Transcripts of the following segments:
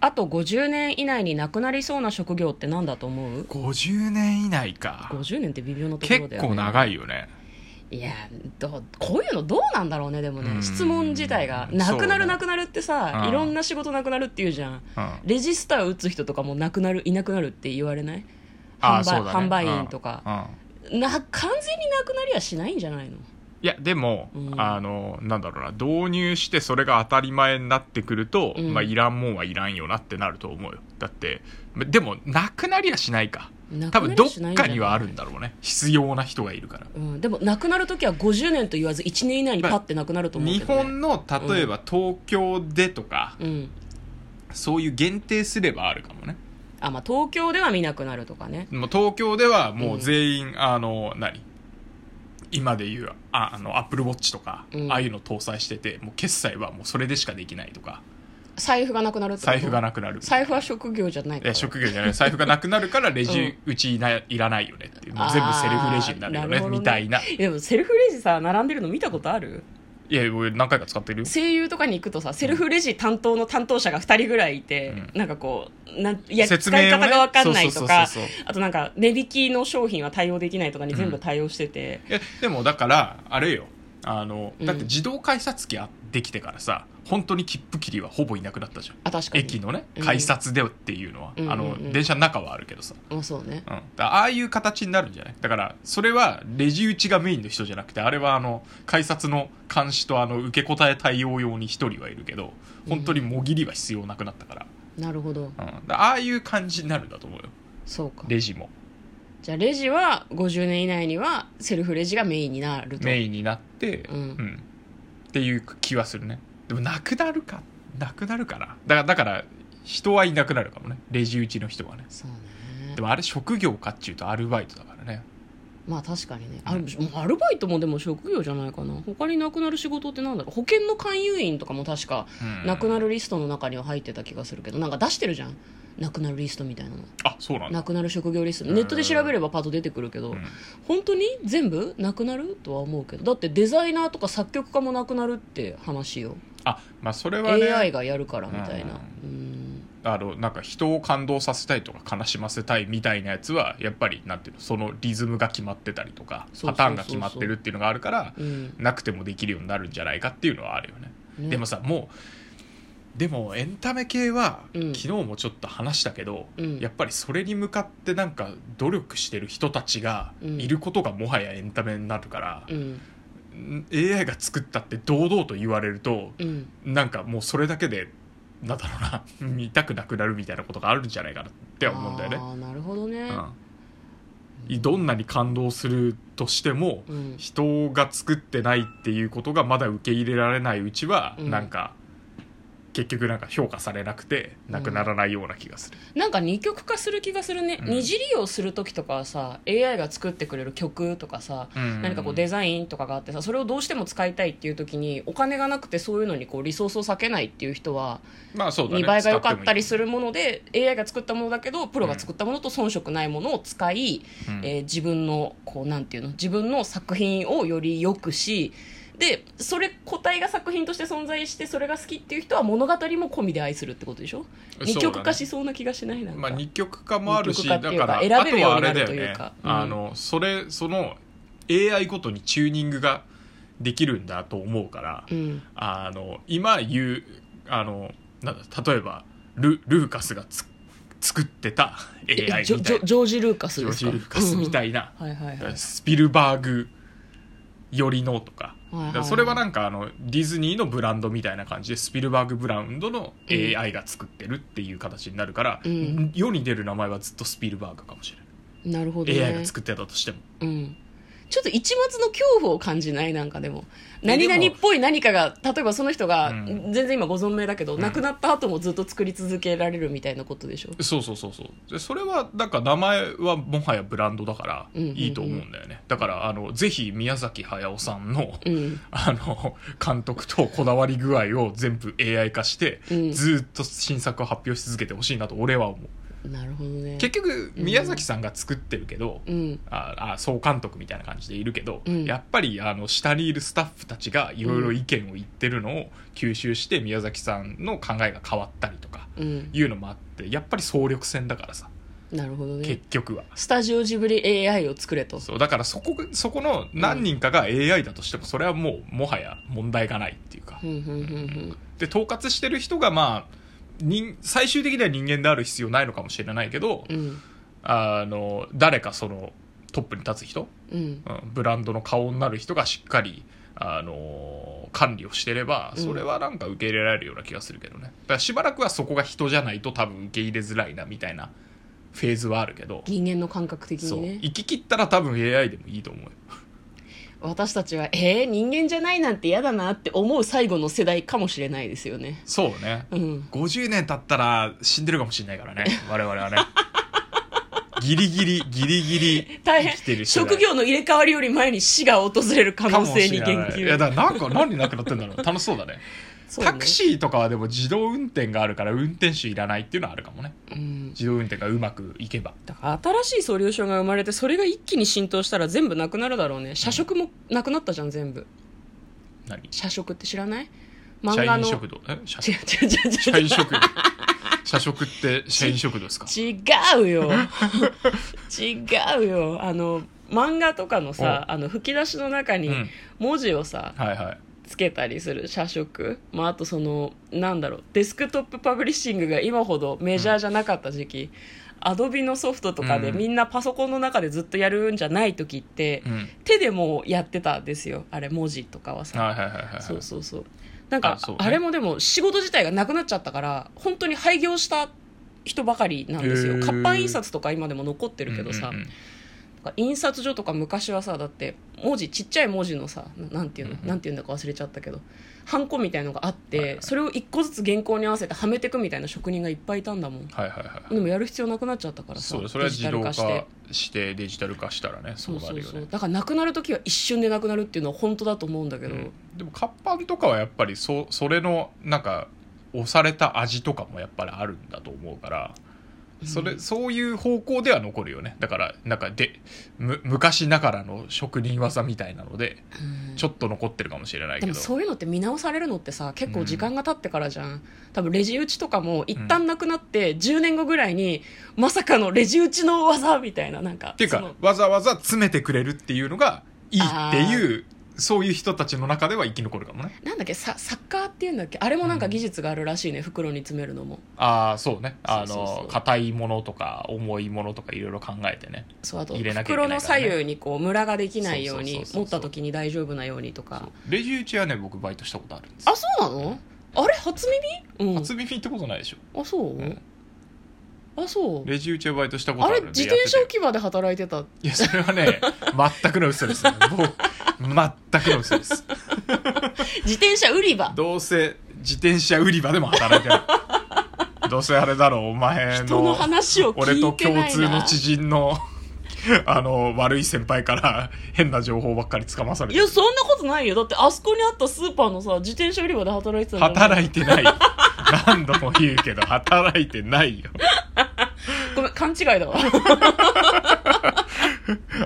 あと50年以内になくなりそうな職業って何だと思う50年以内か50年って微妙なところだよね結構長いよねいやどうこういうのどうなんだろうねでもうねん質問自体がそうだなねくなるなくなるってさ、うんいろんな仕事なくなるっていうじゃんうんレジスター打つ人とかもなくなるいなくなるって言われない販ああ売そうだね販売員とかうんうんな完全になくなりはしないんじゃないのいやでも、うんあのなんだろうな導入してそれが当たり前になってくると、うんまあ、いらんもんはいらんよなってなると思うよだってでもなくなりはしないかな多くな分りどはっしないんじゃかないにはあるんだろうね必要な人がいるからうん、でもなくなるときは50年と言わず1年以内にパッてなくなると思うけ日ど、ね、本の例えば東京でとか、うんそういう限定すればあるかもねあまあ東京では見なくなるとかねもう東京ではもう全員、あの何今で言うああのアップルウォッチとか、うんああいうの搭載しててもう決済はもうそれでしかできないとか財布がなくなるってこと財布がなくなる財布は職業じゃないかえら職業じゃない財布がなくなるからレジ、うちいないらないよねっていうもう全部セルフレジになるよねあーほどみたいないや でもセルフレジさ並んでるの見たことあるいや俺何回か使ってるよ声優とかに行くとさセルフレジ担当の担当者が2人ぐらいいて、うなんかこうなんいや説使い明をね方が分かんないとかそうそうそうそうあとなんか値引きの商品は対応できないとかに全部対応してて、えでもだからあれよあのうんだって自動改札機あできてからさ本当に切符切りはほぼいなくなったじゃんあ確かに駅のねうん改札でっていうのは、うんうんうんあの電車の中はあるけどさ、うんそうねうん、だからああいう形になるんじゃないだからそれはレジ打ちがメインの人じゃなくてあれはあの改札の監視とあの受け答え対応用に1人はいるけど本当にもぎりは必要なくなったから,、なるほどうん、だからああいう感じになるんだと思うよそうかレジもじゃあレジは50年以内にはセルフレジがメインになるとメインになって、うんっていう気はするねでもなくなるかなくなるかなだからだから人はいなくなるかもねレジ打ちの人はねそうねでもあれ職業かっていうとアルバイトだからねまあ確かにねうんあもうアルバイトもでも職業じゃないかな他になくなる仕事ってなんだろう保険の勧誘員とかも確かうんなくなるリストの中には入ってた気がするけどなんか出してるじゃんなくなるリストみたいなのあそうなんだなくなる職業リストうんネットで調べればパッと出てくるけど、うん本当に全部なくなるとは思うけどだってデザイナーとか作曲家もなくなるって話よ、あまあそれはね AI がやるからみたいなうんあのなんか人を感動させたいとか悲しませたいみたいなやつはやっぱりなんていうのそのリズムが決まってたりとかそうそうそうそパうターンが決まってるっていうのがあるからうんなくてもできるようになるんじゃないかっていうのはあるよねねでもさもうでもエンタメ系は、うん昨日もちょっと話したけど、うんやっぱりそれに向かってなんか努力してる人たちがうんいることがもはやエンタメになるからう、んん AI が作ったって堂々と言われると、うんなんかもうそれだけでなんだろうな 見たくなくなるみたいなことがあるんじゃないかなって思うんだよねあ。あなるほどね、うん、どんなに感動するとしても、うん人が作ってないっていうことがまだ受け入れられないうちは、うんなんか結局なんか評価されなくてなくならないような気がする、なんか二極化する気がするね、うん二次利用する時とかはさ AI が作ってくれる曲とかさ、うん何かこうデザインとかがあってさそれをどうしても使いたいっていう時にお金がなくてそういうのにこうリソースを避けないっていう人はまあそうだ見ね栄えが良かったりする、るもので AI が作ったものだけどプロが作ったものと遜色ないものを使い、うんえー自分のこうなんていうの自分の作品をより良くしでそれ個体が作品として存在してそれが好きっていう人は物語も込みで愛するってことでしょ、そうだね二極化しそうな気がしないなんか、まあ、二極化もあるし二極化だかっていうから選あべとるようはあになれだるよというねかうんあのそれその AI ごとにチューニングができるんだと思うから、うんあの今言うあのなんだ例えばルルーカスがつ作ってた AI みたいなえジジョョジョジョージ・ルーカスですーかジ・ルーカスみいたいな、はいはいはいスピルバーグ寄りのとか,、はいはいそれはなんかあのディズニーのブランドみたいな感じでスピルバーグブランドのうん AI が作ってるっていう形になるから、うん世に出る名前はずっとスピルバーグかもしれない。なるほど、ね、 AI が作ってたとしてもうんちょっと一末の恐怖を感じないなんかでも何々っぽい何かが例えばその人が、うん全然今ご存命だけど、うん亡くなった後もずっと作り続けられるみたいなことでしょそうそうそうそうでそれはなんか名前はもはやブランドだからうんうんうんいいと思うんだよね、だからあのぜひ宮崎駿さんのうんあの監督とこだわり具合を全部 AI 化して、うんずーっと新作を発表し続けてほしいなと俺は思うなるほどね結局宮崎さんが作ってるけど、うんああ総監督みたいな感じでいるけど、うんやっぱりあの下にいるスタッフたちがいろいろ意見を言ってるのを吸収して宮崎さんの考えが変わったりとかうんいうのもあってやっぱり総力戦だからさなるほどね結局はスタジオジブリ AI を作れとそうだからそこそこの何人かが AI だとしてもそれはもうもはや問題がないっていうかふんふんふんふんで統括してる人がまあ人最終的には人間である必要ないのかもしれないけど、うんあの誰かそのトップに立つ人、うんうんブランドの顔になる人がしっかりあの管理をしてればうんそれはなんか受け入れられるような気がするけどねだからしばらくはそこが人じゃないと多分受け入れづらいなみたいなフェーズはあるけど、人間の感覚的そうにね行き切ったら多分 AI でもいいと思うよ私たちはえー、人間じゃないなんて嫌だなって思う最後の世代かもしれないですよねそうねうん50年経ったら死んでるかもしれないからね 我々はねギリギリギリギリ大生きてる変世代職業の入れ替わりより前に死が訪れる可能かも性しにれ言ないい及やだからなんか何なくなってんだろう楽しそうだね そうねタクシーとかはでも自動運転があるから運転手いらないっていうのはあるかもねうん自動運転がうまくいけばだから新しいソリューションが生まれてそれが一気に浸透したら全部なくなるだろうね社食もなくなったじゃん全部何社食って知らない社漫画員の違食堂え社う違う違う違う社員食堂 社食って社員食堂ですか違うよ違うよあの漫画とかのさあの吹き出しの中うにん文字をさ、はいはいつけたりする社食、まあ、あとそのなんだろうデスクトップパブリッシングが今ほどメジャーじゃなかった時期、アドビのソフトとかでうんみんなパソコンの中でずっとやるんじゃない時って、うん手でもうやってたんですよあれ文字とかはさ、はいはいはいはいはいそうそうそうなんかああそうねれもでも仕事自体がなくなっちゃったから本当に廃業した人ばかりなんですへよー活版印刷とか今でも残ってるけどさ、うんうんうんなんか印刷所とか昔はさだって文字ちっちゃい文字のさななんていうの、うんうんなんていうんだか忘れちゃったけどハンコみたいのがあって、はいはいそれを一個ずつ原稿に合わせてはめてくみたいな職人がいっぱいいたんだもんはいはいはいはいでもやる必要なくなっちゃったからさそうだそれはデジ自タ動ル化化してしてデジタル化したらねそそううなそるうよそうねだからなくなる時は一瞬でなくなるっていうのは本当だと思うんだけど、うんでも活版とかはやっぱりそそれのなんか押された味とかもやっぱりあるんだと思うからそれ、うんそういう方向では残るよねだからなんかでむ昔ながらの職人技みたいなのでうんちょっと残ってるかもしれないでけもどそういうのって見直されるのってさ結構時間が経ってからじゃん、多分レジ打ちとかも一旦なくなって10年後ぐらいにまさかのレジ打ちの技みたいななんかっていうそのかわざわざ詰めてくれるっていうのがいいっていうそういう人たちの中では生き残るかもねなんだっけさサッカーっていうんだっけあれもなんか技術があるらしいね、袋に詰めるのもああそうねあそうそうそのう硬いものとか重いものとかいろいろ考えてねそうあと入れなきゃいけな袋いからのね左右にこうムラができないようそうにそうそうそう持った時に大丈夫なようにとかレジ打ちはね僕バイトしたことあるんですよあそうなのあれ初耳うん初耳ってことないでしょあそう、んあそうレジ打ちはバイトしたことああれるんで自転車や置っててき場で働いてたいやそれはね 全くの嘘ですねもう全くの嘘です自転車売り場どうせ自転車売り場でも働いてるどうせあれだろうお前人のの話を聞俺といてないな共通の知人のあの悪い先輩から変な情報ばっかりつかまされいてやそんなことないよだってあそこにあったスーパーのさ自転車売り場で働いてたんだもん働いてない何度も言うけど働いてないよごめん勘違いだわ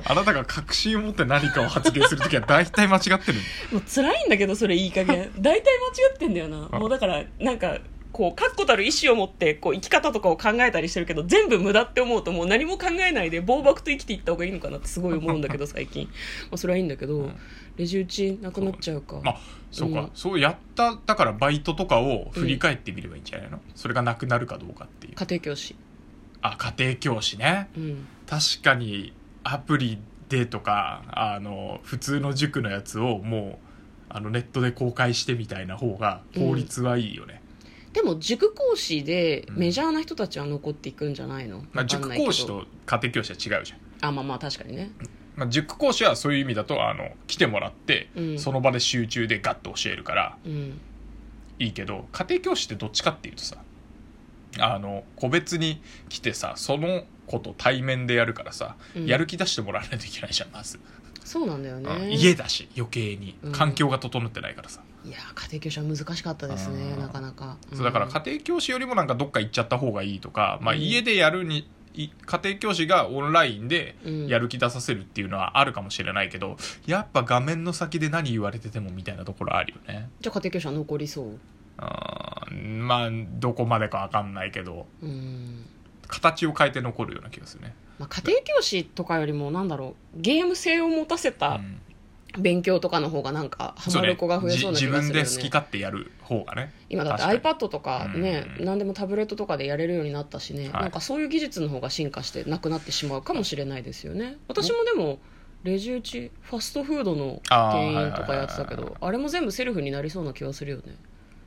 あなたが確信を持って何かを発言するときは大体間違ってるもう辛いんだけどそれいい加 減大体間違ってんだよなもうだからなんかこう確固たる意思を持ってこう生き方とかを考えたりしてるけど全部無駄って思うともう何も考えないで暴漠と生きていった方がいいのかなってすごい思うんだけど最近、まあ、それはいいんだけど、うんレジ打ちなくなっちゃうかまあそうか、うんそうやっただからバイトとかを振り返ってみればいいんじゃないの、それがなくなるかどうかっていう家庭教師あ家庭教師ねうん確かにアプリでとかあの普通の塾のやつをもうあのネットで公開してみたいな方が効率はいいよね、でも塾講師でメジャーな人たちは残っていくんじゃないの、まあ、わかんない塾けど講師と家庭教師は違うじゃん、あまあまあ確かにねまあ、塾講師はそういう意味だとあの来てもらって、うんその場で集中でガッと教えるからうんいいけど家庭教師ってどっちかっていうとさあの個別に来てさその子と対面でやるからさ、うんやる気出してもらわないといけないじゃんまず、そうなんだようねん家だし余計にうん環境が整ってないからさ、いや家庭教師は難しかったですねあーなかなかそうだから家庭教師よりもなんかどっか行っちゃった方がいいとか、まあ、うん家でやるにい家庭教師がオンラインでうんやる気出させるっていうのはあるかもしれないけど、やっぱ画面の先で何言われててもみたいなところあるよねじゃあ家庭教師は残りそうあーまあどこまでかわかんないけどうん形を変えて残るような気がするね、まあ、家庭教師とかよりもなんだろうゲーム性を持たせうたん勉強とかの方がなんかハそうマねる子が増えそうなじ気がするよ、ね、自分で好き勝手やる方がね今だって確か iPad とかね、うん何でもタブレットとかでやれるようになったしね、はいなんかそういう技術の方が進化してなくなってしまうかもしれないですよね私もでもレジ打ちファストフードのあー店員とかやってたけはいはいはいはどあれも全部セルフになりそうな気はするよね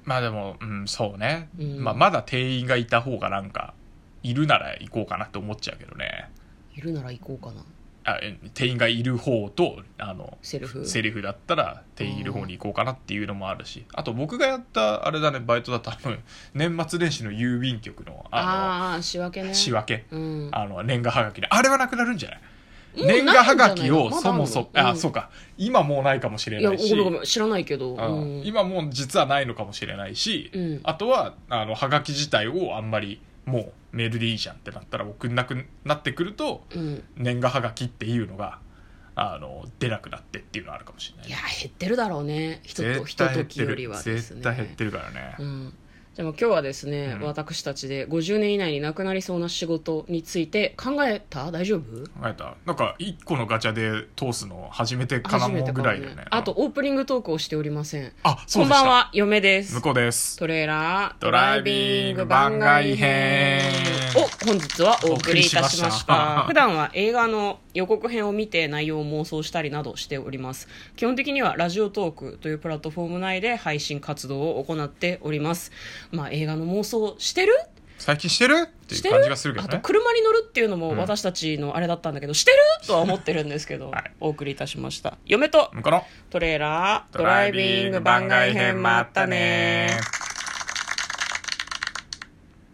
まあでも、うん、そうね、うんまあ、まだ店員がいた方がなんかいるなら行こうかなって思っちゃうけどねいるなら行こうかなあえ店員がいる方とあのセルフセリフだったら店員いる方に行こうかなっていうのもあるしあと僕がやったあれだねバイトだとあの年末年始の郵便局のあああー仕分けのね仕分けうん、あの年賀はがきであれはなくなるんじゃないもうないん年じゃ賀ないはがきまだあをるのそもそもうんあそうか今もうないかもしれいやなごいしめんごめん知らないけど、うんうん今もう実はないのかもしれないし、うんあとはあのはがき自体をあんまりもうメールでいいじゃんってなったら送んなくなってくるとうん年賀はがきっていうのがあの出なくなってっていうのはあるかもしれないいや減ってるだろうね人と絶ひと対減とっきてよりるはですね絶対減ってるからねうん、じゃあもう今日はですね、うん私たちで50年以内になくなりそうな仕事について考えた大丈夫考えたなんか1個のガチャで通すの初めてかなもんぐらいだよねあとオープニングトークをしておりませんあそうこでんしたばんは嫁で向すこうですトレーラードライビング番外編を本日はお送りいたしまお送りしまししたた普段は映画の予告編を見て内容を妄想したりなどしております基本的にはラジオトークというプラットフォーム内で配信活動を行っておりますまあ映画の妄想してる最近してるっていしうて感じがするけどあとね車に乗るっていうのもん私たちのあれだったんだけど、してるとは思ってるんですけど、 はいお送りいたしました嫁と向こうのトレーラードドライビング番外編もあったねー